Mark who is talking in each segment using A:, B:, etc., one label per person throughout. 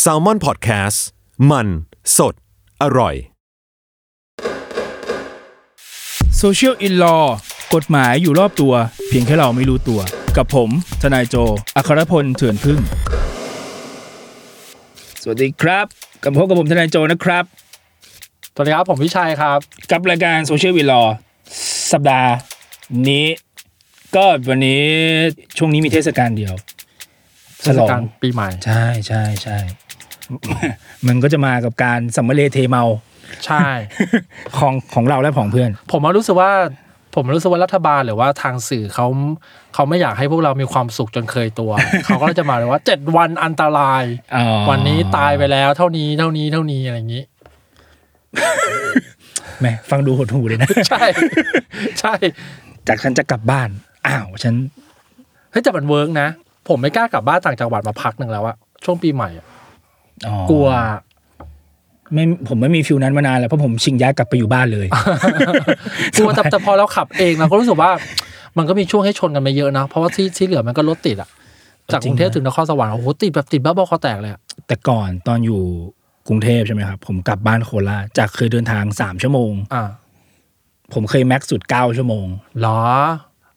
A: แซลมอนพอดแคสต์มันสดอร่อย
B: Social in Law กฎหมายอยู่รอบตัว เพียงแค่เราไม่รู้ตัว กับผมทนายโจ อัครพลเถื่อนพึ่ง สวัสดีครับกลับพบกับผมทนายโจนะครับ
C: สวัสดีครับ ผมพิชัยครับ
B: กับรายการ Social in Law สัปดาห์นี้ ก็วันนี้ช่วงนี้มีเทศกาลเดียว
C: เทศกาลปีใหม่
B: ใช่ใช่ใช่ มันก็จะมากับการสัมมะเลเทเมา
C: ใช่
B: ของของเราและของเพื่อน
C: ผมรู้สึกว่าผมรู้สึกว่ารัฐบาลหรือว่าทางสื่อเขาเขาไม่อยากให้พวกเรามีความสุขจนเคยตัว เขาก็จะมาเลยว่าเจ็ดวันอันตราย
B: อ๋อ
C: วันนี้ตายไปแล้วเท่านี้เท่านี้เท่านี้อะไรอย่างนี้
B: แหมฟังดูหดหูเลยนะ
C: ใช่ ใช่
B: จากฉันจะกลับบ้าน อ้าว ฉัน
C: เฮ้ยแต่มันเวิร์กนะ ผมไม่กล้ากลับบ้านต่างจังหวัดมาพักหนึ่งแล้วอะช่วงปีใหม่อะ
B: อ๋อก
C: ลัว
B: ไม่ผมไม่มีฟิลนั้นมานานแล้วเพราะผมชิงย้ายกลับไปอยู่บ้าน เลย
C: กลัวแต่แต่พอเราขับเองเราก็รู้สึกว่ามันก็มีช่วงให้ชนกันมาเยอะนะ เพราะว่าที่ที่เหลือมันก็รถติดอะจากกรุงเทพถึงนครสวรรค์โอ้โหติดแบบติดบ้าบอคอแตกเลยอะ
B: แต่ก่อนตอนอยู่กรุงเทพใช่ไหมครับ ผมกลับบ้านโคราชจากเคยเดินทางสามชั่วโมง
C: อ่า
B: ผมเคยแม็กซ์สุดเก้าชั่วโมง
C: เหรอ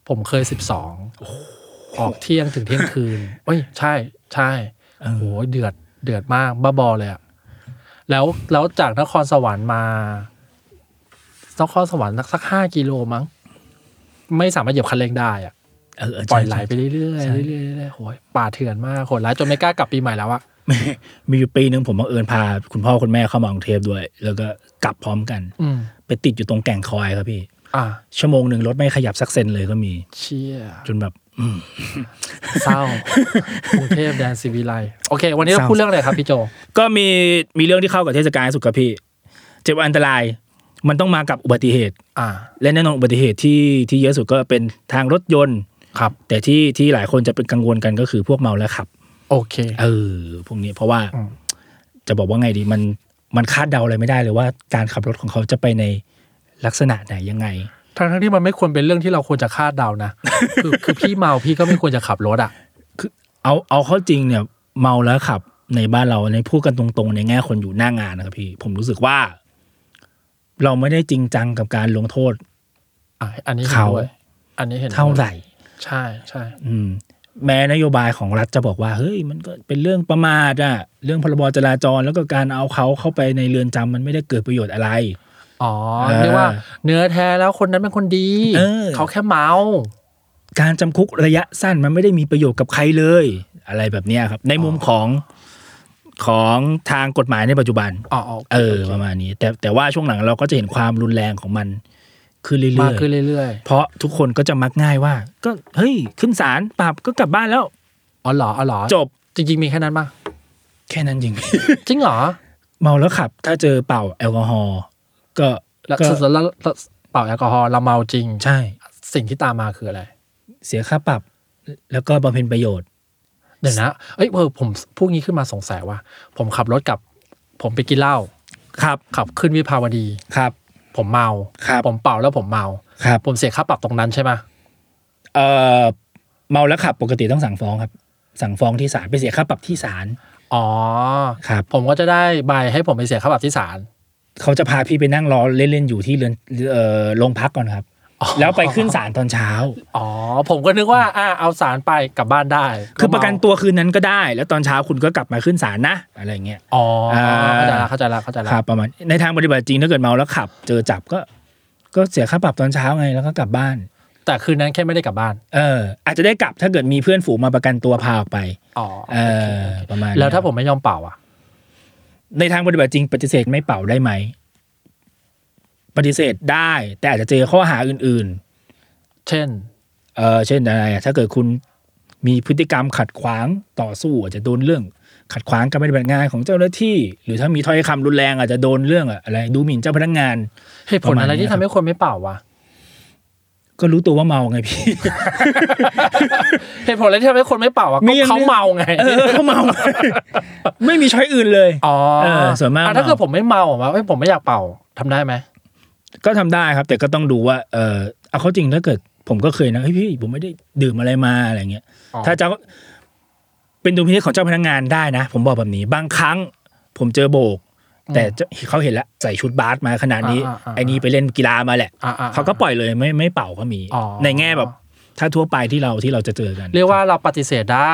C: ผมเคยสิบสองออกเที่ยงถึงเที่ยงคืนเอ้ย ใช่ใช่โอ้โหเดือดเดือดมาก บ้าบอเลยอะแล้วแล้วจากนครสวรรค์มานครสวรรค์สักห้ากิโลมั้ง ไม่สามารถเหยียบคันเร่งได้อะ
B: เออเใช่
C: ปล่อยไหลไปเรื่อยๆเรื่
B: ใช่
C: อยๆเรื่อยๆโหยป่าเถื่อนมากโหดร้ายจนไม่กล้ากลับปีใหม่แล้วอะ
B: มีอยู่ปีหนึ่งผมบังเอิญพา คุณพ่อคุณแม่เข้ามากรุงเทพด้วย แล้วก็กลับพร้อมกัน
C: อืม
B: ไปติดอยู่ตรงแก่งคอยครับพี่
C: อ่ะ
B: ชั่วโมงหนึ่งรถไม่ขยับสักเซนเลยก็มี
C: เชี่ย
B: จนแบบ
C: เศ ร้ากรุงเทพแดนซีวิไลโอเค วันนี้เราพูดเรื่องอะไรครับพี่โจ
B: ก็มีมีเรื่องที่เข้ากับเทศกาลสุดครับพี่เจ็บอันตราย มันต้องมากับอุบัติเหตุ
C: อ่า
B: และแน่นอนอุบัติเหตุที่ที่เยอะสุดก็เป็นทางรถยนต์
C: ครับ
B: แต่ที่ที่หลายคนจะเป็นกังวลกันก็คือพวกเมาแล้วขับ
C: โอเค
B: เออพวกนี้เพราะว่า
C: อืม
B: จะบอกว่าไงดีมันมันคาดเดาอะไรไม่ได้เลยว่าการขับรถของเขาจะไปในลักษณะไหนยังไง
C: ทั้งทั้งที่มันไม่ควรเป็นเรื่องที่เราควรจะคาดเดานะ คือคือพี่เมาพี่ก็ไม่ควรจะขับรถอ่ะ
B: เอาเอาเข้าจริงเนี่ยเมาแล้วขับในบ้านเราในพูดกันตรงๆ ในแง่คนอยู่หน้างานนะครับพี่ ผมรู้สึกว่า เราไม่ได้จริงจังกับการลงโทษ
C: อ่ะอันนี้เห็น
B: เขา
C: ด้วยอันนี้เห็นด้วย
B: เท่าไหร่
C: ใช่ใช่
B: อืมแม้นโยบายของรัฐจะบอกว่า เฮ้ยมันก็เป็นเรื่องประมาทอะเรื่องพรบจราจรแล้วก็การเอาเขาเข้าไปในเรือนจำมันไม่ได้เกิดประโยชน์อะไร
C: อ๋อ
B: เออ
C: เรียกว่า เนื้อแท้แล้วคนนั้นเป็นคนดี
B: เออ
C: แค่เมา
B: การจำคุกระยะสั้นมันไม่ได้มีประโยชน์กับใครเลย อะไรแบบเนี้ยครับ ในมุมของของทางกฎหมายในปัจจุบัน
C: อ๋ออ๋อโอเค
B: เออ
C: โอเค
B: ประมาณนี้ แต่แต่ว่าช่วงหลังเราก็จะเห็นความรุนแรงของมันขึ้นเรื่
C: มา
B: อก
C: ขึ้น
B: ย
C: เรื่อย
B: ๆเพราะทุกคนก็จะมักง่ายว่า ก็เฮ้ยขึ้นศาลปรับก็กลับบ้านแล้ว
C: ๆอ๋อเหรออ๋อเหรอ
B: จบ
C: จริงๆมีแค่นั้นมา
B: แค่นั้นจริง
C: จริงเหรอ
B: เมาแล้วขับ ถ้าเจอเป่าแอลกอฮอล์ก็
C: แล้ว
B: ก็
C: แล้วแล้วแล้วเป่าแอลกอฮอล์เราเมาจริง
B: ใช่
C: สิ่งที่ตามมาคืออะไร
B: เสียค่าปรับ แล้วก็บำเพ็ญประโยชน์
C: เดี๋ยวนะ เอ้ยเออผมพูดงี้ขึ้นมาสงสัยว่า ผมขับรถกลับ ผมไปกินเหล้า
B: ครับ
C: ขับขึ้นวิภาวดี
B: ครับ
C: ผมเมา
B: ครับ
C: ผมเป่าแล้วผมเมา
B: ครับ
C: ผมเสียค่าปรับตรงนั้นใช่ไหม
B: เอ่อเมาแล้วขับปกติต้องสั่งฟ้องครับ สั่งฟ้องที่ศาลไปเสียค่าปรับที่ศาล
C: อ๋อ
B: ครับ
C: ผมก็จะได้ใบให้ผมไปเสียค่าปรับที่ศาล
B: เขาจะพาพี่ไปนั่งรอเล่นๆอยู่ที่เรือนเอ่อโรงพักก่อนครับ
C: อ๋อ
B: แล้วไปขึ้นศาลตอนเช้า
C: อ๋อ ผมก็นึกว่า อ่า เอาศาลไปกลับบ้านได้
B: คือประกัน
C: เมา
B: ตัวคืนนั้นก็ได้ แล้วตอนเช้าคุณก็กลับมาขึ้นศาลนะอะไรเงี้ย
C: อ๋อ
B: อ่า
C: เข้าใจละเข้าใจละเข้าใจละ
B: ครับประมาณในทางปฏิบัติจริงถ้าเกิดเมาแล้วขับ เจอจับก็ ก็เสียค่าปรับตอนเช้าไงแล้วก็กลับบ้าน
C: แต่คืนนั้นแค่ไม่ได้กลับบ้าน
B: เอออาจจะได้กลับถ้าเกิดมีเพื่อนฝูงมาประกันตัวพาออกไป
C: อ๋อ
B: เออประมาณนั้น
C: แล้วถ้าผมไม่ยอมเป่าอ่ะ
B: ในทางปฏิบัติจริงปฏิเสธไม่เป่าได้ไหม ปฏิเสธได้ แต่อาจจะเจอข้อหาอื่น
C: เช่น
B: ๆ เออเช่นอะไรอะถ้าเกิดคุณ มีพฤติกรรมขัดขวางต่อสู้อาจจะโดนเรื่อง ขัดขวางการปฏิบัติงานของเจ้าหน้าที่ หรือถ้ามีถ้อยคำรุนแรงอาจจะโดนเรื่องอะไร ดูหมิ่นเจ้าพนักงาน
C: เหตุผลอะไรที่ทำให้คนไม่เป่าวะ
B: ก็รู้ตัวว่าเมาไงพี่
C: เหตุผลอะไรที่ทำให้คนไม่เป่าวะ
B: มี
C: ก็
B: อย่าง
C: เขาเมาไง
B: เออเขาเมา ไม่มีช้อยอื่นเลย
C: อ๋อ
B: เออส่วนมาก
C: อ่ะถ้าเกิดผมไม่เมาอะว่าเอ้ยผมไม่อยากเป่าทำได้ไหม
B: ก็ทำได้ครับ แต่ก็ต้องดูว่า เออเอาเข้าจริงถ้าเกิด ผมก็เคยนะเฮ้ยพี่ผมไม่ได้ดื่มอะไรมาอะไรเงี้ย
C: อ๋อ
B: ถ้าเจ้าเป็นดุลพินิจของเจ้าพนักงานได้นะ ผมบอกแบบนี้ บางครั้ง ผมเจอโบก แต่เจ้าเขาเห็นแล้วใส่ชุดบาสมาขนาดนี้
C: อ่าอ่าอ่า
B: ไอ้นี่ไปเล่นกีฬามาแหละ
C: อ่ะอ่ะ
B: เขาก็ปล่อยเลยไม่ไม่เป่าก็มี
C: อ๋อ
B: ในแง่แบบ ถ้าทั่วไปที่เราที่เราจะเจอกัน
C: เรียกว่าเราปฏิเสธได้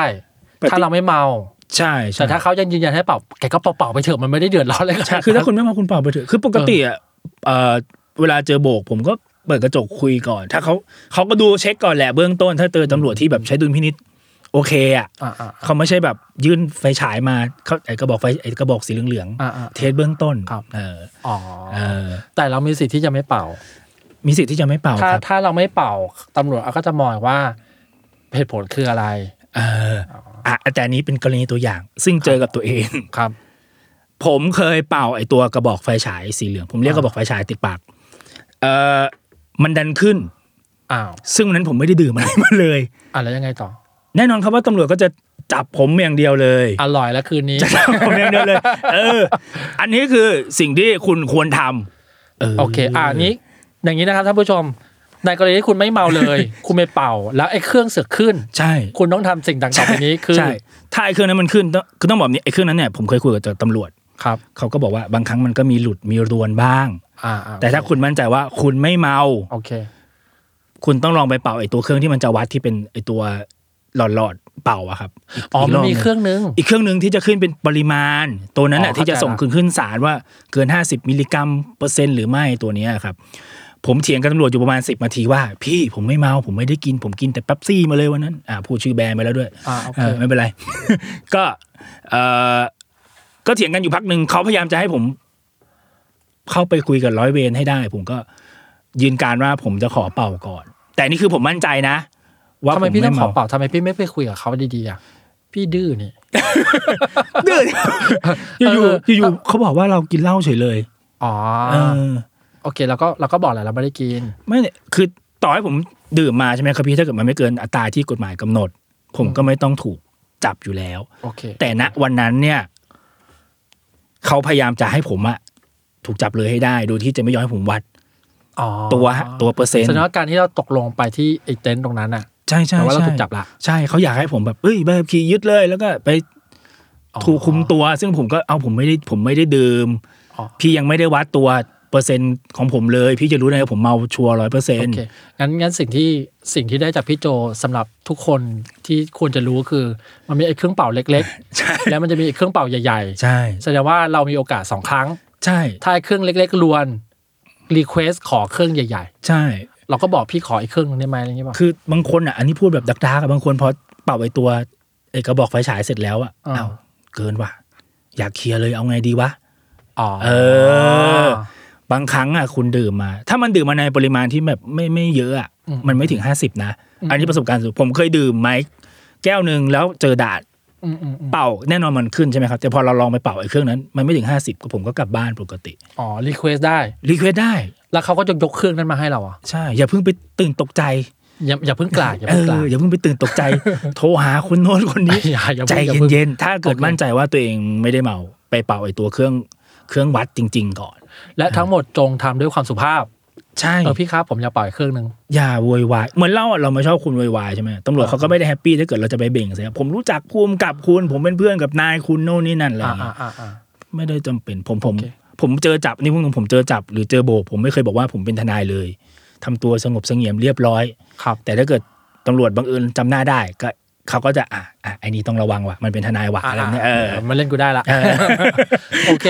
B: ปฏิ
C: ถ้าเราไม่เมา
B: ใช่
C: แต่
B: ใช่
C: ถ้าเขายังยืนยันให้เป่าแกก็เป่าๆไปเถอะมันไม่ได้เดือดร้อนเลย
B: ใช่คือถ้าคุณไม่มาคุณเป่าไปเถอะคือปกติอ่ะเอ่อเวลาเจอโบก ผมก็เปิดกระจกคุยก่อน ถ้าเขาเขาก็ดูเช็คก่อนแหละเบื้องต้น ถ้าเจอตำรวจที่แบบใช้ดุลพินิษโอเคอ่ะ
C: อ่ะอ่ะ
B: เขาไม่ใช่แบบยื่นไฟฉายมาเขาไอ้กระบอกไฟไอ้กระบอกสีเหลือง
C: อ่าอ่า
B: เทสเบื้องต้น
C: ครับ
B: เออ
C: อ๋อ
B: เออ
C: แต่เรามีสิทธิ์ที่จะไม่เป่า
B: มีสิทธิ์ที่จะไม่เป่า
C: ถ้า
B: ครับ
C: ถ้าเราไม่เป่าตำรวจเขาก็จะมองว่าเหตุผลคืออะไร
B: เอออ่ะแต่อันนี้เป็นกรณีตัวอย่าง ซึ่งเจอกับตัวเอง
C: ครับ
B: ผมเคยเป่าไอตัวกระบอกไฟฉายสีเหลือง ผมเรียกกระบอกไฟฉายติดปาก เอ่อมันดันขึ้น
C: อ้าว
B: ซึ่งวันนั้นผมไม่ได้ดื่มอะไร มาเลย
C: อ่ะแล้วยังไงต่อ
B: แน่นอนครับว่าตำรวจก็จะจับผมอย่างเดียวเลย
C: อร่อยแล้วคืนนี้
B: จับผมอย่างเดียวเลย เออ อันนี้คือสิ่งที่คุณควรทำ
C: โอเค อ่านี้ อย่างนี้นะครับท่านผู้ชม ในกรณีที่คุณไม่เมาเลย คุณไม่เป่า แล้วไอ้เครื่องเสือกขึ้น
B: ใช่
C: คุณต้องทำสิ่งต่างๆไปนี้คือ
B: ใช่ถ้าไอเครื่องนั้นมันขึ้นต้องคือต้องบอกแบบนี้ไอเครื่องนั้นเนี่ยผมเคยคุยกับตำรวจ
C: ครับ
B: เขาก็บอกว่าบางครั้งมันก็มีหลุดมีรวนบ้าง
C: อ่าอ่
B: แต่ถ้าคุณมั่นใจว่าคุณไม่เมา
C: โอเค
B: คุณต้องลองไปเป่าไอตัวเครื่องที่มันจะวัดที่เป็นไอตัวหลอดหลอดๆเป่าอะครับก
C: อ๋อมัน
B: บ
C: มีเครื่องนึง
B: อีกเครื่องหนึ่งที่จะขึ้นเป็นปริมาณ ตัวนั้น
C: อ๋
B: อะ
C: อ
B: ที่จะส่ง
C: เข้าใจละ
B: คืนขึ้นสารว่าเกิน 50 มิลลิกรัมเปอร์เซ็นต์หรือไม่ตัวเนี้ยครับ ผมเถียงกับตำรวจอยู่ประมาณ 10นาทีว่า พี่ผมไม่เมาผมไม่ได้กิน ผมกินแต่เป๊ปซี่มาเลยวันนั้นอ่าพูดชื่อแบรนด์ไปแล้วด้วย
C: อ่าโอเค
B: เออไม่เป็นไร ก็เออก็เถียงกันอยู่พักหนึ่งเขาพยายามจะให้ผม เข้าไปคุยกับร้อยเวรให้ได้ ผมก็ยืนการว่าผมจะขอเป่าก่อน แต่นี่คือผมมั่นใจนะ ว่า
C: ทำไม
B: ผ
C: พี่ต้องขอ
B: เา
C: เป่าทำไมพี่ไม่ไปคุยกับเขาดีๆอ่ะพี่ดื้อนี่
B: ดื้ออยู่ๆ
C: เออ
B: อยู่ๆเขาบอกว่าเรากินเหล้าเฉยเลย
C: อ๋อ
B: เออ
C: โอเคเราก็เราก็บอกแหละเราไม่ได้กิน
B: ไม่เนี่ยคือต่อให้ผมดื่มมาใช่ไหมครับพี่ถ้าเกิดมันไม่เกินอัตราที่กฎหมายกำหนด ผมก็ไม่ต้องถูกจับอยู่แล้ว
C: โอเค
B: แต่ณวันนั้นเนี่ยเขาพยายามจะให้ผมอะถูกจับเลยให้ได้ โดยที่จะไม่ยอมให้ผมวัด
C: อ๋อ
B: ตัวฮะตัวเปอร์เซ็นต์
C: แสดงว่าการที่เราตกลงไปที่ไอ้เต็นท์ตรงนั้นอ่ะ
B: ใช่ใช่
C: แต่ว่าเรา
B: ใช่
C: ถูกจับละ
B: ใช่เขาอยากให้ผมแบบเอ้ยใบขับขี่ยึดเลย แล้วก็ไป
C: อ๋อ
B: ถูกคุมตัว ซึ่งผมก็เอาผมไม่ได้ผมไม่ได้ดื่ม
C: อ๋อ
B: พี่ยังไม่ได้วัดตัวเปอร์เซ็นต์ของผมเลย พี่จะรู้ได้ไงว่าผมเมาชัวร้อยเปอร์เซ็น
C: โอ
B: ต์
C: เคงั้นงั้นสิ่งที่สิ่งที่ได้จากพี่โจสำหรับทุกคนที่ควรจะรู้คือ มันมีไอ้เครื่องเป่าเล็ก
B: ใช่
C: ๆ แล้วมันจะมีไอ้เครื่องเป่าใหญ่
B: ใช่
C: ๆแสดงว่าเรามีโอกาสสองครั้ง
B: ใช่
C: ถ้าไอ้เครื่องเล็กๆรวนรีเควสขอเครื่องใหญ่
B: ใช่
C: ๆ เราก็บอกพี่ขอไอ้เครื่องนึงได้ไหมอะไรอย่างเงี้ยป่ะ
B: คือบางคนอ่ะ อันนี้พูดแบบดักดากับบางคนพอเป่าไอตัวไอกระบอกไฟฉายเสร็จแล้วอ่ะ
C: อ่า
B: อ้าวเกินว่ะอยากเคลียร์เลยเอาไงดีวะ
C: อ๋อ
B: เออ บางครั้งอ่ะคุณดื่มมา ถ้ามันดื่มมาในปริมาณที่แบบไม่ไม่เยอะอ่ะมันไม่ถึงห้าสิบนะ อันนี้ประสบการณ์สุดผมเคยดื่มไหมแก้วหนึ่งแล้วเจอดาด
C: อืมอืมอืม
B: เป่าแน่นอนมันขึ้นใช่ไหมครับแต่พอเราลองไปเป่าไอ้เครื่องนั้นมันไม่ถึงห้าสิบก็ผมก็กลับบ้านปกติ
C: อ๋อรีเควสได้
B: รีเควสได้
C: แล้วเขาก็จะยกเครื่องนั้นมาให้เราอ่ะ
B: ใช่ อย่าเพิ่งไปตื่นตกใจ
C: อย่าอย่าเพิ่งกลาดอย่า
B: เออ
C: เพิ่ง
B: ก
C: ลาด
B: อย่าเพิ่งไปตื่นตกใจ โทรหาคนโน้นคนนี้
C: อย่า อย่า
B: ใจ
C: เพิ่งอย่าเพิ่ง
B: เย็นๆ ถ้าเกิดมั่นใจว่าตัวเองไม่ได้เมาไปเป่าไอตัวเครื่องเครื่องวัดจริง ๆ ก่อน
C: และทั้งหมดจงทำด้วยความสุภาพ
B: ใช่
C: เออพี่ครับผมอยากเป่าอีกเครื่องหนึ่ง
B: อย่าโวยวายเหมือนเล่าอะเราไม่ชอบคุณโวยวายใช่ไหมตำรวจเขาก็ไม่ได้แฮปปี้ถ้าเกิดเราจะไปเบ่งเสียผมรู้จักภูมิกับคุณ ผมเป็นเพื่อนกับนายคุณโน่นนี่นั่นอะไรอ
C: อ่า
B: ย่างเงี้ย
C: อ่าอ่าอ่า
B: ไม่ได้จำเป็นผมผม
C: โอเค
B: ผมเจอจับนี่พวกนึงผมเจอจับหรือเจอโบกผมไม่เคยบอกว่าผมเป็นทนายเลยทำตัวสงบเสงี่ยมเรียบร้อย
C: ครับ
B: แต่ถ้าเกิดตำรวจบังเอิญจำหน้าได้ก็เขาก็จะอ่ะอ่ะไอ้นี่ต้องระวังว่ะมันเป็นทนายว่ะอะไรแบบเนี่ยเออ
C: มันเล่นกูได้ละ
B: เออ
C: โอเค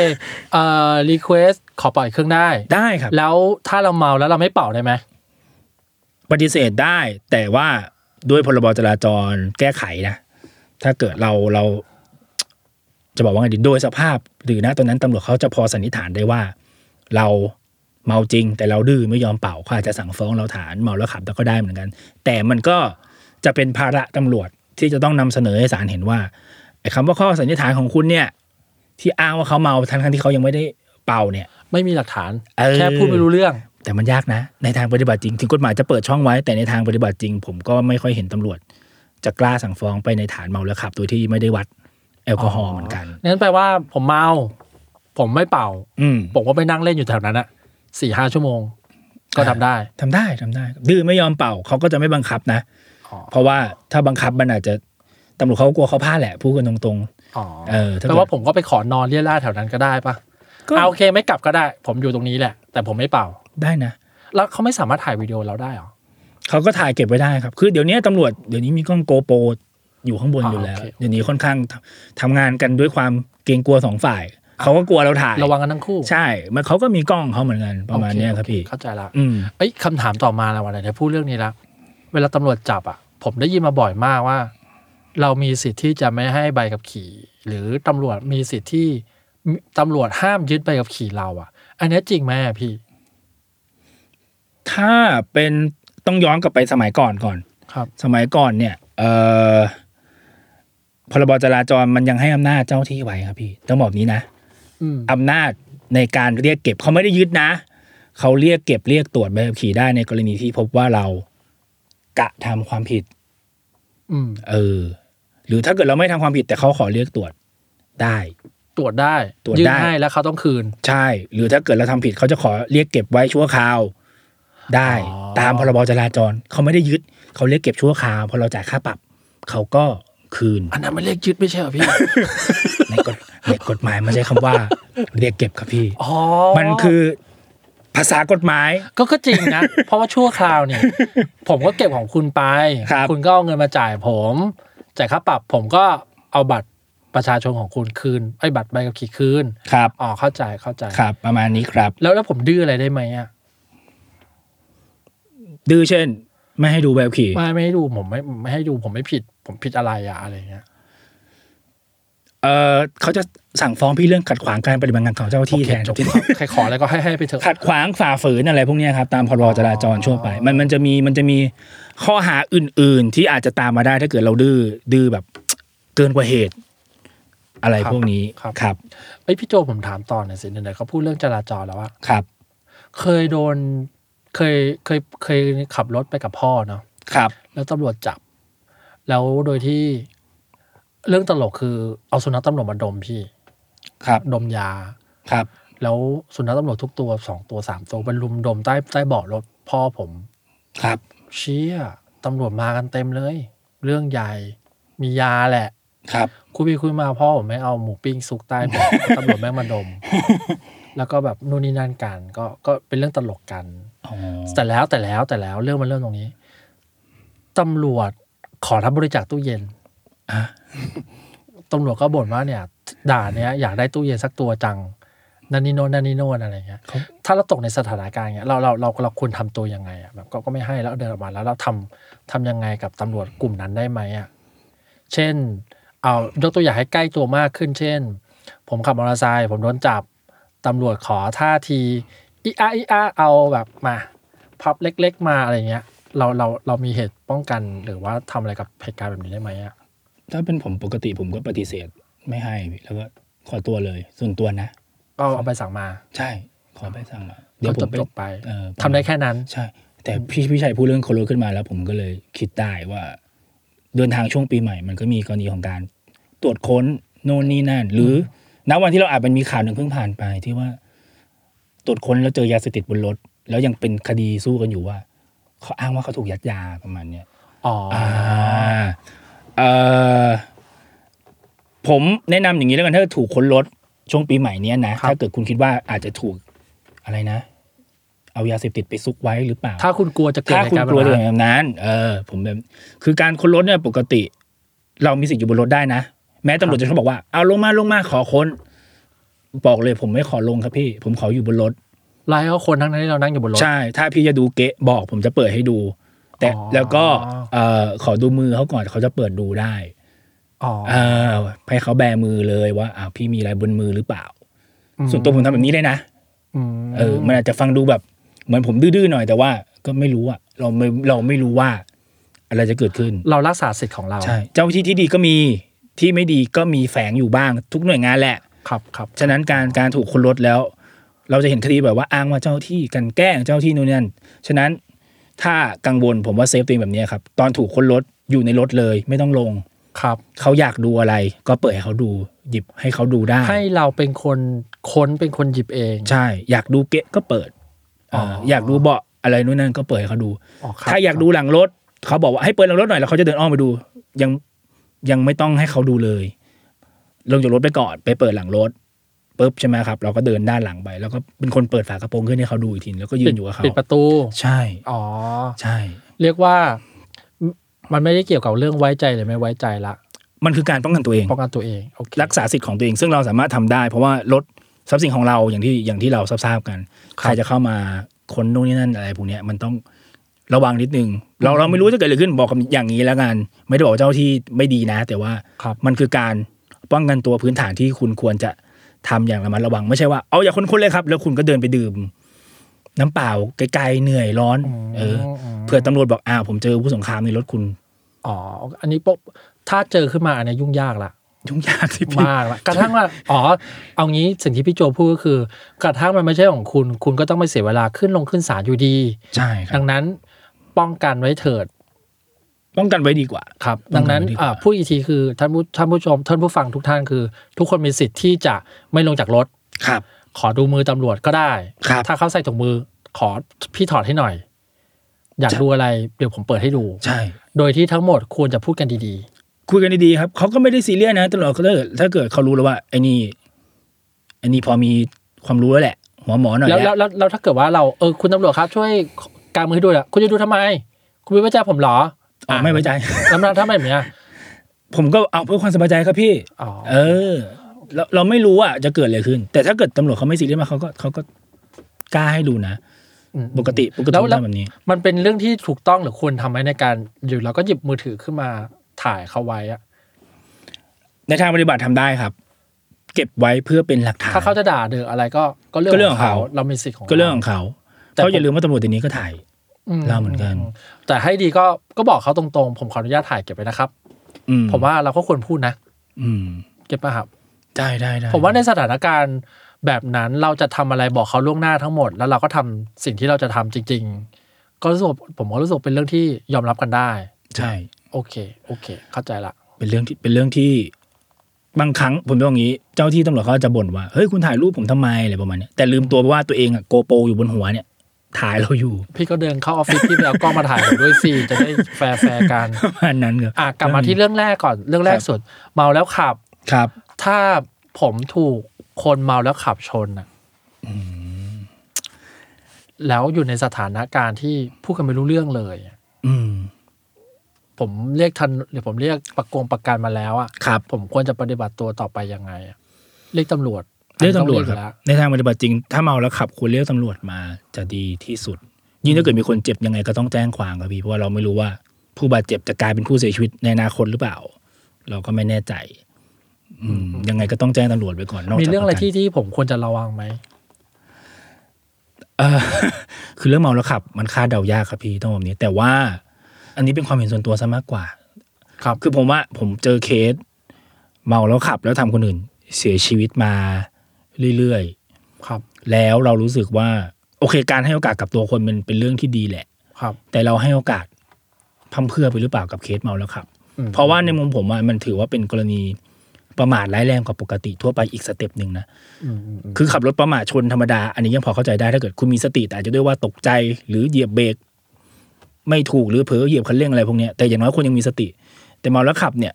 C: เอ่อรีเควสขอเป่าอีกเครื่องได้
B: ได้ครับ
C: แล้วถ้าเราเมาแล้วเราไม่เป่าได้ไหม
B: ปฏิเสธได้ แต่ว่าด้วยพรบจราจรแก้ไขนะ ถ้าเกิดเราเรา จะบอกว่าไงดีโดยสภาพ หรือนะตอนนั้นตำรวจเขาจะพอสันนิษฐานได้ว่า เราเมาจริง แต่เราดื้อไม่ยอมเป่าเขาอาจจะสั่งฟ้องเราฐานเมาแล้วขับแต่ก็ได้เหมือนกัน แต่มันก็จะเป็นภาระตำรวจ ที่จะต้องนำเสนอให้ศาลเห็นว่าไอ้คำว่าข้อสันนิษฐานของคุณเนี่ย ที่อ้างว่าเขาเมาทั้งๆที่เขายังไม่ได้เป่าเนี่ย
C: ไม่มีหลักฐาน
B: เออ
C: แค่พูดไม่รู้เรื่อง
B: แต่มันยากนะ ในทางปฏิบัติจริง ถึงกฎหมายจะเปิดช่องไว้ แต่ในทางปฏิบัติจริง ผมก็ไม่ค่อยเห็นตำรวจ จะกล้าสั่งฟ้องไปในฐานเมาแล้วขับ โดยที่ไม่ได้วัดแอลกอฮอล์เหมือนกัน
C: งั้นแปลว่าผมเมา ผมไม่เป่า
B: อืม
C: ผมก็ไปนั่งเล่นอยู่แถวนั้นอะสี่ห้าชั่วโมง ก็ทำได้
B: ทำได้ทำได้ ดื้อไม่ยอมเป่าเขาก็จะไม่บังคับนะ
C: อ๋อ
B: เพราะว่าถ้าบังคับมันอาจจะตำรวจเขาก็กลัวเขาพลาดแหละพูดกันตรง
C: อ๋อ
B: ๆ เออถ้
C: แปล
B: เกิด
C: ว่าผมก็ไปขอนอนเลี่ยร่าดแถวนั้นก็ได้ปะ
B: ก็
C: เอาโอเคไม่กลับก็ได้ ผมอยู่ตรงนี้แหละ แต่ผมไม่เป่า
B: ได้นะ
C: แล้วเขาไม่สามารถถ่ายวิดีโอเราได้เหรอ
B: เขาก็ถ่ายเก็บไว้ได้ครับ คือเดี๋ยวนี้ตำรวจเดี๋ยวนี้มีกล้องโกโปรอยู่ข้างบน
C: อ่า
B: อยู่แล้ว
C: โอเค
B: เดี๋ยวนี้ค่อนข้างทำทำงานกันด้วยความเกรงกลัวสองฝ่าย เขาก็กลัวเราถ่าย
C: ระวังกันทั้งคู่
B: ใช่ มันเขาก็มีกล้องของเขาเหมือนกันประมาณเนี้ย
C: โอ
B: ครับ
C: เโอ
B: พี่
C: เเข้าใจละ
B: อืม
C: เอ้ยคำถามต่อมาแล้ววันไหนจะพูดเรื่องนี้ละเวลาตำรวจจับอ่ะ ผมได้ยินมาบ่อยมากว่า เรามีสิทธิ์ที่จะไม่ให้ใบขับขี่ หรือตำรวจมีสิทธิ์ที่มิตำรวจห้ามยึดใบขับขี่เราอ่ะ อันเนี้ยจริงไหมอะพี่
B: ถ้าเป็นต้องย้อนกลับไปสมัยก่อนก่อน
C: ครับ
B: สมัยก่อนเนี่ย เอ่อพรบจราจรมันยังให้อำนาจเจ้าที่ไว้ครับพี่ต้องบอกนี้นะ
C: อืม
B: อำนาจในการเรียกเก็บเขาไม่ได้ยึดนะ เขาเรียกเก็บเรียกตรวจใบขับขี่ได้ในกรณีที่พบว่าเรากระทำความผิด
C: อืม
B: เออ หรือถ้าเกิดเราไม่ทำความผิดแต่เขาขอเรียกตรวจได้
C: ตรวจได้
B: ตรวจ
C: ยื่
B: ได้
C: นให้แล้วเขาต้องคืน
B: ใช่ หรือถ้าเกิดเราทำผิดเขาจะขอเรียกเก็บไว้ชั่วคราว ได้
C: อ๋อ
B: ตามพรบจราจรเขาไม่ได้ยึดเขาเรียกเก็บชั่วคราวพอเราจ่ายค่าปรับเขาก็คืน
C: อันนั้นมันเรียกยึดไม่ใช่เหรอพี่
B: ในกฎในกฎหมายมันใช้คำว่า เรียกเก็บครับพี่
C: อ๋อ
B: มันคือภาษากฎหมาย
C: ก็ก็จริงนะ เพราะว่าชั่วคราวเนี่ย ผมก็เก็บของคุณไป
B: ครับ
C: ณก็เอาเงินมาจ่ายผมจ่ายค่าปรับ ผมก็เอาบัตรประชาชนของคุณคืนไอ้ยบัตรใบขับขี่คืน
B: ครับ
C: อ๋อเข้าใจเข้าใจ
B: ครับ ประมาณนี้ครับ
C: แล้วแล้วผมดื้ออะไรได้ไหมอ่ะ
B: ดื้อเช่น ไม่ให้ดูใบขับขี่
C: ไม่ไม่ให้ดูผมไม่ไม่ให้ดูผมไม่ผิด ผมผิดอะไรอ่ะอะไรเงี้ย
B: เออเขาจะสั่งฟ้องพี่เรื่องขัดขวางการปฏิบัติงานของเจ้าหน้าที่
C: โอเค
B: แทน
C: จบ
B: ที่
C: ใครขออะไรก็ให้ให้ไปเถอะ
B: ขัดขวางฝ่าฝืนอะไรพวกเนี้ยครับตามพรบจราจรทั่วไป มันมันจะมีมันจะมีข้อหาอื่น ๆ ที่อาจจะตามมาได้ถ้าเกิดเราดื้อดื้อแบบ เกินกว่าเหตุ อะไร
C: ครับ
B: พวกนี้
C: ครับ
B: ครับ
C: ไอยพี่โจผมถามต่อหน่อยสิไหนๆเขาพูดเรื่องจราจรแล้วว่า
B: ครับ
C: เคยโดนเคยเคยเคยขับรถไปกับพ่อเนาะ
B: ครับ
C: แล้วตำรวจจับ แล้วโดยที่เรื่องตลกคือเอาสุนัขตำรวจมาดมพี่
B: ครับ
C: ดมยา
B: ครับ
C: แล้วสุนัขตำรวจทุกตัวสองตัวสามตัวมันลุมดมใต้ใต้เบาะรถพ่อผม
B: ครับ
C: เชี่ยตำรวจมากันเต็มเลย เรื่องใหญ่ มียาแหละ
B: ครับ
C: คุยไปคุยมาพ่อผมไม่เอาหมูปิ้งซุกใต้เบาะ ตำรวจแม่งมาดม แล้วก็แบบนู่นนี่นั่นกัน ก็ก็เป็นเรื่องตลกกัน แต่แล้วแต่แล้วแต่แล้วเรื่องมันเริ่มตรงนี้ ตำรวจขอรับบริจาคตู้เย็น
B: อ่ะ
C: ตำรวจก็บ่นว่าเนี่ย ด่านเนี้ยอยากได้ตู้เย็นสักตัวจังนันนี่โนนนันนี่โนนอะไรเงี้ยถ้าเราตกในสถานการณ์เงี้ยเราเราเราเราควรทำตัวยังไงอะแบบก็ก็ไม่ให้แล้วเดินออกมาแล้วเราทำทำยังไงกับตำรวจกลุ่มนั้นได้ไหมอ่ะเช่น เอายกตัวอย่างให้ใกล้ตัวมากขึ้น เช่น ผมขับมอเตอร์ไซค์ผมโดนจับตำรวจขอท่าทีอีอาอีอาเอาแบบมา พับเล็ก ๆ มาอะไรเงี้ย เราเราเรามีเหตุป้องกันหรือว่าทำอะไรกับเหตุการณ์แบบนี้ได้ไหมอ่ะ
B: ถ้าเป็นผมปกติผมก็ปฏิเสธไม่ให้แล้วก็ขอตัวเลย ส่วนตัวนะ
C: ก็เอาไปสั่งมา
B: ใช่ ขอไปสั่งมาเดี๋ยวผ
C: จ
B: ม
C: บ
B: ไป
C: จบๆไป
B: เอ่อ
C: ทำได้แค่นั้น
B: ใช่ แต่พี่พี่ชัยพูดเรื่องโคโรขึ้นมาแล้วผมก็เลยคิดได้ว่า เดินทางช่วงปีใหม่มันก็มีกรณีของการ ตรวจค้นโน่นนี่นั่น หรือณวันที่เราอาจมันมีข่าวหนึ่งเพิ่งผ่านไปที่ว่า ตรวจค้นแล้วเจอยาเสพติดบนรถ แล้วยังเป็นคดีสู้กันอยู่ว่า เขาอ้างว่าเขาถูกยัดยาประมาณเนี้ย
C: อ๋อ
B: อ่าเอ่อผมแนะนำอย่างนี้แล้วกันถ้าถูกค้นรถช่วงปีใหม่เนี้ยนะถ้าเกิดคุณคิดว่าอาจจะถูกอะไรนะ เอายาเสพติดไปซุกไว้หรือเปล่า
C: ถ้าคุณกลัวจะเกิด
B: ถ้า
C: เห
B: คุ
C: ตุ
B: ณ
C: การณ์
B: กลัว
C: แบบ
B: เรื่อง
C: นั้น
B: แบบนั้น เออ ผมแบบคือการค้นรถเนี่ยปกติ เรามีสิทธิ์อยู่บนรถได้นะ แม้ตำรวจจะชอบบอกว่าเอาลงมาลงมาขอค้น บอกเลยผมไม่ขอลงครับพี่ ผมขออยู่บนรถ
C: ไล่เขาคนทั้งนั้นที่เรานั่งอยู่บนรถ
B: ใช่ ถ้าพี่จะดูเกะบอกผมจะเปิดให้ดู แต่
C: อ๋อ
B: แล้วก็เอ่อขอดูมือเขาก่อนเขาจะเปิดดูได้
C: อ๋อ
B: เออให้เขาแบมือเลยว่าอ่าพี่มีอะไรบนมือหรือเปล่า
C: อืม
B: ส่วนตัวผมทำแบบนี้เลยนะ
C: อืม
B: เออ มันอาจจะฟังดูแบบ เหมือนผมดื้อๆหน่อยแต่ว่าก็ไม่รู้อะเราไม่เราไม่รู้ว่า อะไรจะเกิดขึ้น
C: เรารักษาสิทธิ์ของเรา
B: ใช่ เจ้าหน้าที่ที่ดีก็มีที่ไม่ดีก็มีแฝงอยู่บ้างทุกหน่วยงานแหละ
C: ครับครับ
B: ฉะนั้นการการถูกคนลดแล้ว เราจะเห็นคดีแบบว่าอ้างว่าเจ้าที่กลันแกล้งเจ้าที่นู่นนั่นฉะนั้นถ้ากังวลผมว่าเซฟตัวเองแบบเนี้ยครับ ตอนถูกคนลดอยู่ในรถเลย ไม่ต้องลง
C: ครับ
B: เขาอยากดูอะไร ก็เปิดให้เขาดู หยิบให้เขาดูได้
C: ให้เราเป็นคนค้นเป็นคนหยิบเอง
B: ใช่ อยากดูเกะก็เปิด
C: อ๋อ
B: เอ่ออยากดูเบาะอะไรนู่นนั่นก็เปิดให้เขาดู
C: อ๋ครับ
B: ถ้าอยากดูหลังรถ เขาบอกว่าให้เปิดหลังรถหน่อยแล้วเขาจะเดินอ้อมไปดู ยังยังไม่ต้องให้เขาดูเลย ลงจากรถไปก่อนไปเปิดหลังรถปุ๊บใช่ไหมครับ เราก็เดินด้านหลังไป แล้วก็เป็นคนเปิดฝากระโปรงขึ้นให้เขาดูอีกทีแล้วก็ยื
C: ปิ
B: นอ
C: ด
B: ยู่กับเขา
C: ปิดประตู
B: ใช่
C: อ๋อ
B: ใช่
C: เรียกว่ามันมันไม่ได้เกี่ยวกับเรื่องไว้ใจหรือไม่ไว้ใจละ
B: มันคือการป้องกันตัวเอง
C: ป้องกันตัวเองโอเค
B: รักษาสิทธิ์ของตัวเอง ซึ่งเราสามารถทำได้ เพราะว่ารถทรัพย์สินของเราอย่างที่อย่างที่เราทราบๆกัน ใครจะเข้ามาคนนู่นนี่นั่นอะไรพวกเนี้ยมันต้องระวังนิดนึง เราเราไม่รู้จะเกิดอะไรขึ้นบอกกับอย่างนี้แล้วกัน ไม่ได้บอกเจ้าที่ไม่ดีนะ แต่ว่า
C: ครับ
B: มันคือการป้องกันตัวพื้นฐานที่คุณควรจะทำอย่างระมัดระวัง ไม่ใช่ว่าเอาอย่าคนๆเลยครับ แล้วคุณก็เดินไปดื่ม น้ำเปล่าไกลๆเหนื่อยร้อน เอออ
C: ม
B: เผื่อตำรวจบอกอ้าวผมเจอผู้สงครามในรถคุณ
C: อ๋อ อันนี้ปุ๊บถ้าเจอขึ้นมาอันเนี้ยยุ่งยากละ
B: ยุ่งย ากที่พี่
C: มากละกระทั่งว่าอ๋อเอางี้สิ่งที่พี่โจพูดก็คือ กระทั่งมันไม่ใช่ของคุณ คุณก็ต้องไปเสียเวลาขึ้นลงขึ้นศาลอยู่ดี
B: ใช่ครั
C: ดั
B: บ
C: งนั้นป้องกันไว้เถิด
B: ป้องกันไว้ดีกว่า
C: ครับ
B: ป้
C: ดั
B: อง
C: ง
B: กัน
C: นั้น
B: ไว้ดีกว่า
C: อ่าผู้อีกทีคือท่านผู้ท่านผู้ชมท่านผู้ฟังทุกท่านคือ ทุกคนมีสิทธิ์ที่จะไม่ลงจากรถ
B: ครับ
C: ขอดูมือตำรวจก็ได้
B: ครับ
C: ถ้าเขาใส่ถุงมือขอพี่ถอดให้หน่อย อยากดูอะไรเดี๋ยวผมเปิดให้ดู
B: ใช่
C: โดยที่ทั้งหมดควรจะพูดกันดี
B: คุยกันดีๆครับเขาก็ไม่ได้ซีเรียสนะตำรวจเขาถ้าเกิดถ้าเกิดเขารู้แล้วว่าไอ้นี่ไอ้นี่พอมีความรู้แล้วแหละหัวหมอหน่อ
C: ๆ
B: ย
C: แล้ว
B: แห
C: แล้ว
B: ละ
C: แล้วแล้วถ้าเกิดว่าเราเออคุณตำรวจครับช่วยกางมือให้ดูอ่ะคุณจะดูทำไม คุณไม่ไว้ใจผมเหรอ
B: อ๋อไม่ไว้ใจ
C: แล้วถ้าไม่แบบเนี้ย
B: ผมก็เอาเพื่อความสบายใจครับพี่
C: อ๋อ
B: เออเราเราไม่รู้อ่ะจะเกิดอะไรขึ้น แต่ถ้าเกิดตำรวจเขาไม่ซีเรียสมากเขาก็เขาก็กล้าให้ดูนะ
C: อืม
B: ปกติปกติ
C: แล้วแล้ว
B: ทำแบบนี้
C: มันเป็นเรื่องที่ถูกต้องหรือควรทำไหมในการอยู่เราก็หยิบมือถือขึ้นมาถ่ายเขาไว้อะ
B: ในทางปฏิบัติทำได้ครับ เก็บไว้เพื่อเป็นหลักฐาน
C: ถ้าเขาจะด่าเดืออะไรก็ก็เรื่อง
B: ก็เรื่องของเขา
C: เรามีสิทธิ์ของ
B: ก็เรื่อง
C: า
B: ของเขา
C: แต่ผม
B: เขาอย่าลืมว่าตำรวจตัวนี้ก็ถ่าย เราเหมือนกัน
C: แต่ให้ดีก็ก็บอกเขาตรงๆ ผมขออนุญาตถ่ายเก็บไว้นะครับ
B: อืม
C: ผมว่าเราก็ควรพูดนะ
B: อืม
C: เก็บป่ะครับ
B: ได้ได้ได้
C: ผมว่าในสถานการณ์แบบนั้นเราจะทำอะไรบอกเขาล่วงหน้าทั้งหมด แล้วเราก็ทำสิ่งที่เราจะทำจริง ๆ ก็รู้สึกผมก็รู้สึกเป็นเรื่องที่ยอมรับกันได้
B: ใช่
C: โอเค โอเค เข้าใจละ
B: เป็นเรื่องที่เป็นเรื่องที่บางครั้งผมจะบอกอย่างนี้ เจ้าที่ตำรวจเขาจะบ่นว่าเฮ้ยคุณถ่ายรูปผมทำไมอะไรประมาณเนี้ยแต่ลืมตัวไปว่าตัวเองอะโกโปรอยู่บนหัวเนี่ย ถ่ายเราอยู่
C: พี่ก็เดินเข้าออฟฟิศพี่ไปเอากล้องมาถ่ายผมด้วยสิจะได้แฟร์แฟร์กัน
B: ประมาณนั้นครับ
C: อ่ะกลับมาที่เรื่องแรกก่อนเรื่องแรก
B: ครับ
C: สุด เมาแล้วขับ
B: ครับ
C: ถ้าผมถูกคนเมาแล้วขับชนน่ะแล้วอยู่ในสถานการณ์ที่พูดกันไม่รู้เรื่องเลยอะ
B: อืม
C: ผมเรียกทันหรือผมเรียกประกงประกันมาแล้วอ่ะ
B: ครับ
C: ผมควรจะปฏิบัติตัวต่อไปยังไงอะเรียกตำรวจ
B: เรียกตำรวจค
C: อัน
B: รับ
C: นี้ต้องเยแล้ว
B: ในทางปฏิบัติจริง ถ้าเมาแล้วขับควรเรียกตำรวจมาจะดีที่สุด ยิ่งถ้าเกิดมีคนเจ็บยังไงก็ต้องแจ้งความครับพี่เพราะว่าเราไม่รู้ว่าผู้บาดเจ็บจะกลายเป็นผู้เสียชีวิตในอนาคตหรือเปล่า เราก็ไม่แน่ใจ อืมยังไงก็ต้องแจ้งตำรวจไปก่อนนอกจาก
C: มีเรื่องอะไร
B: ปกัน
C: ที่ที่ผมควรจะระวังไหม
B: เอ่อ คือเรื่องเมาแล้วขับ มันคาดเดายากครับพี่ต้องแบบนี้ แต่ว่า อันนี้เป็นความเห็นส่วนตัวซะมากกว่า
C: ครับ
B: คือผมว่าผมเจอเคส เมาแล้วขับ แล้วทำคนอื่น เสียชีวิตมาเรื่อยๆ
C: ครับ
B: แล้วเรารู้สึกว่า โอเค การให้โอกาสกับตัวคนมันเป็นเรื่องที่ดีแหละ
C: ครับ
B: แต่เราให้โอกาสพร่ำเพรื่อไปหรือเปล่ากับเคสเมาแล้วขับ
C: อืม
B: เพราะว่าในมุมผมอะมันถือว่าเป็นกรณีประมาทร้ายแรงกว่าปกติทั่วไปอีกสเต็ปหนึ่งนะ
C: อืมอืมอืม
B: คือขับรถประมาทชนธรรมดา อันนี้ยังพอเข้าใจได้ถ้าเกิดคุณมีสติแต่อาจจะด้วยว่าตกใจหรือเหยียบเบรกไม่ถูกหรือเผลอเหยียบคันเร่งอะไรพวกเนี้ยแต่อย่างน้อยคุณยังมีสติ แต่เมาแล้วขับเนี่ย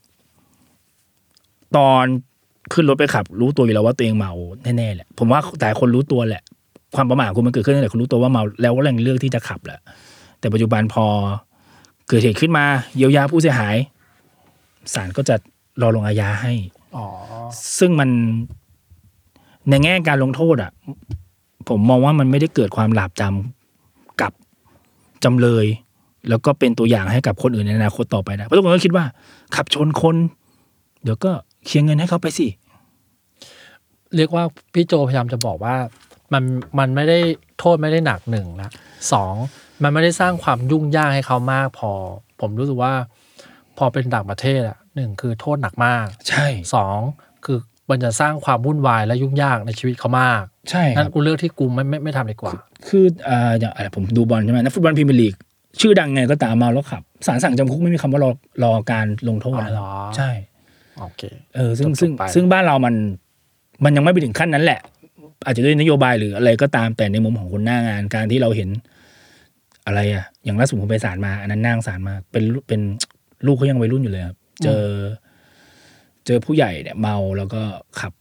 B: ตอนขึ้นรถไปขับ รู้ตัวอยู่แล้วว่าตัวเองเมาแน่ๆแหละผมว่าแต่คนรู้ตัวแหละ ความประมาทของคุณมันเกิดขึ้นตั้งแต่คุณรู้ตัวว่าเมาแล้วก็แรงเลือกที่จะขับแหละแต่ปัจจุบันพอเกิดเหตุขึ้นมาเยียวยาผู้เสียหายศาลก็จะรอลงอาญาให้
C: อ๋อ
B: ซึ่งมันในแง่การลงโทษอ่ะ ผมมองว่ามันไม่ได้เกิดความหลาบจำกับจำเลย แล้วก็เป็นตัวอย่างให้กับคนอื่นในอนาคตต่อไปนะเพราะทุกคนก็คิดว่า ขับชนคน เดี๋ยวก็เคลียร์เงินให้เขาไปสิ
C: เรียกว่าพี่โจพยายามจะบอกว่า มันมันไม่ได้โทษไม่ได้หนักหนึ่งละสองมันไม่ได้สร้างความยุ่งยากให้เขามากพอ ผ ผมรู้สึกว่า พอเป็นต่างประเทศอะหนึ่งคือโทษหนักมาก
B: ใช่
C: สองคือมันจะสร้างความวุ่นวายและยุ่งยากในชีวิตเขามาก
B: ใช่ค
C: งั้
B: รับ
C: นกูเลือกที่กูไม่ไม่ไม่ทำดีกว่า
B: คืออ่าอย่างอะไรผมดูบอลใช่ไหมนักฟุตบอลพรีเมียร์ลีก ชื่อดังไงก็ตามเมาแล้วขับสารสั่งจำคุกไม่มีคำว่ารอรอการลงโทษ
C: อ๋อเหรอ
B: ใช่
C: โอเค
B: เออซึ่ง
C: จบๆ
B: ซึ่ง
C: ไป
B: ซึ่งบ้านเรามัน มันยังไม่ไปถึงขั้นนั้นแหละ อาจจะด้วยนโยบายหรืออะไรก็ตามแต่ในมุมของคนหน้างานการที่เราเห็น อะไรอะอย่างล่าสุดผมไปศาลมาอันนั้นนางศาลมา เป็นลูกเป็นลูกเขายังวัยรุ่นอยู่เลยครับเจอ เจอผู้ใหญ่เนี่ยเมาแล้วก็ขับ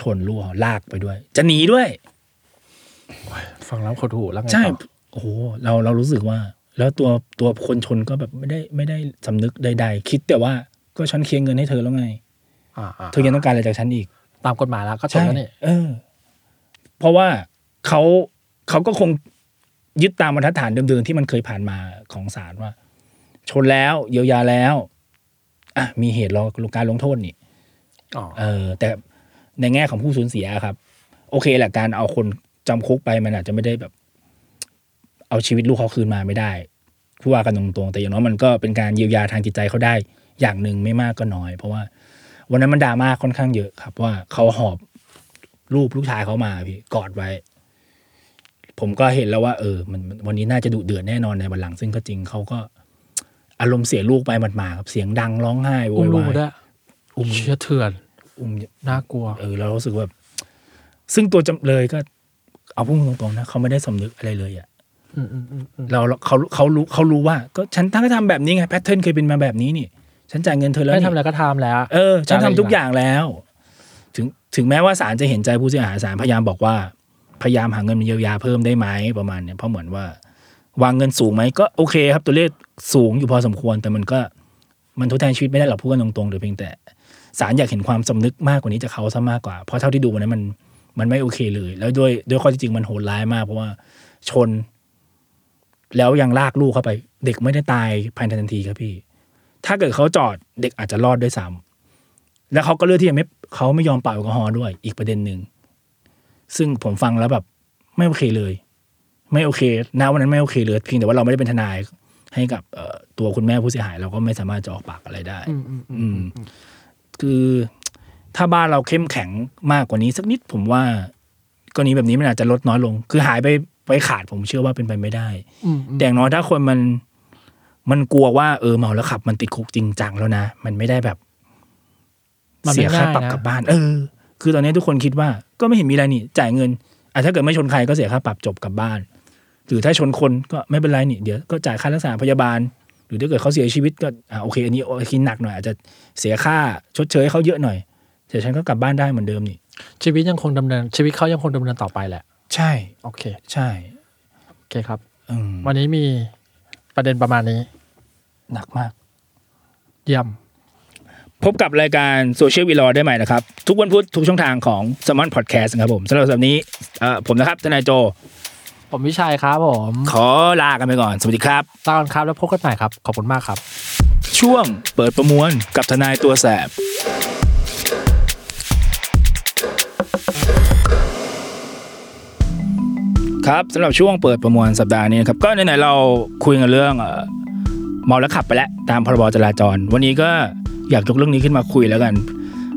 B: ชนลูกเขาลากไปด้วย จะหนีด้วย
C: ฟังแล้วขดหูแล้วไง
B: ใช่
C: ต่อ
B: โอ้โหเราเรารู้สึกว่า แล้วตัวตัวคนชนก็แบบไม่ได้ไม่ได้สำนึกใด ๆ คิดแต่ว่าก็ฉันเคลียร์เงินให้เธอแล้วไง
C: อ่าๆ
B: เธอยังต้องการอะไรจากฉันอีก
C: ตามกฎหมายแล้วก็ชนแล้วนี่
B: เออ เพราะว่าเขาเขาก็คงยึดตามบรรทัดฐานเดิมๆที่มันเคยผ่านมาของศาลว่า ชนแล้วเยียวยาแล้ว อ่ะมีเหตุรอการลงโทษนี่
C: อ๋อ
B: เออแต่ในแง่ของผู้สูญเสียครับ โอเคแหละการเอาคนจำคุกไปมันอาจจะไม่ได้แบบ เอาชีวิตลูกเขาคืนมาไม่ได้ผู้ว่ากันตรงๆ แต่อย่างน้อยมันก็เป็นการเยียวยาทางจิตใจเขาได้ อย่างหนึ่งไม่มากก็น้อย เพราะว่า วันนั้นมันดราม่าค่อนข้างเยอะครับ ว่าเขาหอบรูปลูกชายเขามาพี่กอดไว้ ผมก็เห็นแล้วว่า เออ มันมันวันนี้น่าจะดุเดือดแน่นอนในบัลลังก์ซึ่งก็จริงเขาก็ อารมณ์เสียลูกไปหมาดๆครับเสียงดังร้องไห้โว
C: อุ้ม
B: ย
C: ลูก
B: วาย
C: มาด้วยอุ้มเชื่อเถื่อน
B: อุ้ม
C: น่ากลัว
B: เออเรารู้สึกว่า ซึ่งตัวจำเลยก็ เอาพูดตรงๆนะเขาไม่ได้สำนึกอะไรเลยอะ่ะ
C: อืมอืมอืมอืม
B: เราเราเขาเขารู้เขารู้ว่า ก็ฉันทั้งทำแบบนี้ไงแพทเทิร์นเคยเป็นมาแบบนี้นี่ ฉันจ่ายเงินเธอแล้ว
C: ไม่
B: นี่
C: ทำอะไรก็ทำแล้ว
B: เออฉันทำทุกอย่างแล้ว ถึงถึงแม้ว่าศาลจะเห็นใจผู้เสียหายศาลพยายามบอกว่า พยายามหาเงินมาเยียวยาเพิ่มได้ไหมประมาณเนี้ยเพราะเหมือนว่า วางเงินสูงไหมก็โอเคครับตัวเลขสูงอยู่พอสมควร แต่มันก็ มันทดแทนชีวิตไม่ได้หรอกพูดกันตรงๆหรือเพียงแต่ศาลอยากเห็นความสำนึกมากกว่านี้จากเขาซะมากกว่า เพราะเท่าที่ดูวันนั้นมันมันไม่โอเคเลย แล้วด้วยด้วยข้อที่จริงมันโหดร้ายมาก เพราะว่าชน แล้วยังลากลูกเข้าไป เด็กไม่ได้ตายภายในทันทีครับพี่ ถ้าเกิดเขาจอดเด็กอาจจะรอดด้วยซ้ำแล้วเขาก็เลือกที่จะไม่เขาไม่ยอมเป่าแอลกอฮอล์ด้วยอีกประเด็นหนึ่งซึ่งผมฟังแล้วแบบ ไม่โอเคเลย ไม่โอเคนะวันนั้นไม่โอเคเลยเพียงแต่ว่าเราไม่ได้เป็นทนาย ให้กับเอ่อตัวคุณแม่ผู้เสียหาย เราก็ไม่สามารถจะออกปากอะไรได้
C: อืมอืมอืม
B: อืมคือถ้าบ้านเราเข้มแข็งมากกว่านี้สักนิดผมว่ากรณีแบบนี้มันอาจจะลดน้อยลง คือหายไปไปขาดผมเชื่อว่าเป็นไปไม่ได้
C: อืมอืม
B: แต่อย่างน้อยถ้าคนมันมันกลัวว่าเออเมาแล้วขับ มันติดคุกจริงจังแล้วนะ มันไม่ได้แบบ
C: มัน
B: เสี
C: ไม่
B: ย
C: ง่า
B: ค่าย ปรับ
C: นะ
B: กลับบ้าน เออ คือตอนนี้ทุกคนคิดว่าก็ไม่เห็นมีอะไรนี่ จ่ายเงินอ่ะถ้าเกิดไม่ชนใครก็เสียค่าปรับจบกลับบ้าน หรือถ้าชนคนก็ไม่เป็นไรนี่ เดี๋ยวก็จ่ายค่ารักษาพยาบาล หรือถ้าเกิดเขาเสียชีวิตก็อ่ะโอเค อันนี้โอเคหนักหน่อยอาจจะเสียค่าชดเชยให้เขาเยอะหน่อยแต่ฉันก็กลับบ้านได้เหมือนเดิมนี่
C: ชีวิตยังคงดำเนิน ชีวิตเขายังคงดำเนินต่อไปแหละ
B: ใช่
C: โอเค
B: ใช่
C: โอเคครับ
B: อืม
C: วันนี้มีประเด็นประมาณนี้
B: หนักมาก
C: เยี่ยม
B: พบกับรายการโซเชียลวีลอได้ใหม่นะครับ ทุกวันพุธทุกช่องทางของสมอนพอดแคสต์นะครับผมสำหรับสัปดาห์นี้เอ่อผมนะครับทนายโจ
C: ผมวิชัยครับผม
B: ขอลากันไปก่อน สวัสดีครับ
C: ตอนครับแล้วพบกันใหม่ครับ ขอบคุณมากครับ
B: ช่วงเปิดประมวลกับทนายตัวแสบครับสำหรับช่วงเปิดประมวลสัปดาห์นี้นะครับ ก็ไหนๆเราคุยกันเรื่องเอ่อเมาแล้วขับไปแล้ว ตามพรบจราจร วันนี้ก็อยากยกเรื่องนี้ขึ้นมาคุยแล้วกัน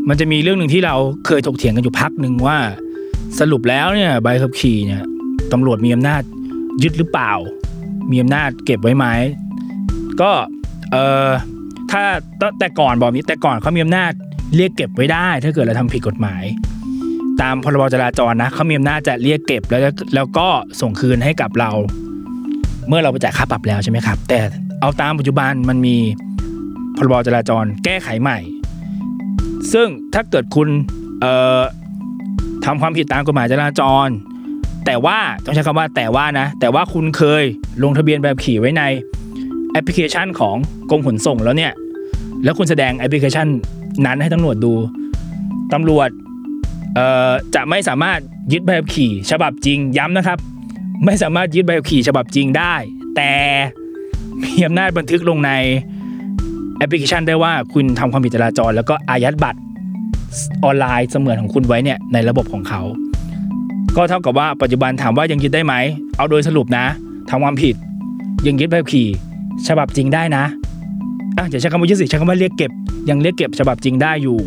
B: มันจะมีเรื่องหนึ่งที่เราเคยถกเถียงกันอยู่พักหนึ่งว่า สรุปแล้วเนี่ยใบขับขี่เนี่ยตำรวจมีอำนาจยึดหรือเปล่า มีอำนาจเก็บไว้ไหม ก็เออถ้าตแต่ก่อนบอกนี้แต่ก่อนเขามีอำนาจเรียกเก็บไว้ได้ ถ้าเกิดเราทำผิดกฎหมาย ตามพรบจราจรนะเขามีอำนาจจะเรียกเก็บแล้วแล้วก็ส่งคืนให้กับเรา เมื่อเราไปจ่ายค่าปรับแล้วใช่ไหมครับ แต่เอาตามปัจจุบันมันมีพรบจราจรแก้ไขใหม่ ซึ่งถ้าเกิดคุณเอ่อทำความผิดตามกฎหมายจราจร แต่ว่าต้องใช้คำว่าแต่ว่านะ แต่ว่าคุณเคยลงทะเบียนแบบขี่ไว้ใน แอปพลิเคชันของกรมขนส่งแล้วเนี่ย แล้วคุณแสดงแอปพลิเคชันนั้นให้ตำรวจดู ตำรวจเอ่อจะไม่สามารถยึดใบขับขี่ ฉบับจริงย้ำนะครับ ไม่สามารถยึดใบขับขี่ฉบับจริงได้ แต่มีอำนาจบันทึกลงในแอปพลิเคชันได้ว่าคุณทำความผิดจราจร แล้วก็อายัดบัตรออนไลน์เสมือนของคุณไว้เนี่ยในระบบของเขา ก็เท่ากับว่าปัจจุบันถามว่ายังยึดได้ไหม เอาโดยสรุปนะทำความผิดยังยึดใบขับขี่ ฉบับจริงได้นะ อ่ะอย่าใช้คำว่ายึดสิทธิ์ใช้คำว่าเรียกเก็บ ยังเรียกเก็บฉบับจริงได้อยู่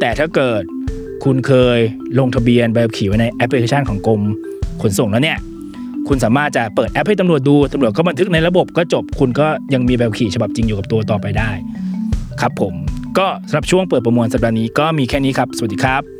B: แต่ถ้าเกิดคุณเคยลงทะเบียนใบขับขี่ไว้ในแอปพลิเคชันของกรมขนส่งแล้วเนี่ย คุณสามารถจะเปิดแอปให้ตำรวจดูตำรวจก็บันทึกในระบบก็จบคุณก็ยังมีใบขับขี่ฉบับจริงอยู่กับตัวต่อไปได้ ครับผม ก็สำหรับช่วงเปิดประมวลสัปดาห์นี้ก็มีแค่นี้ครับ สวัสดีครับ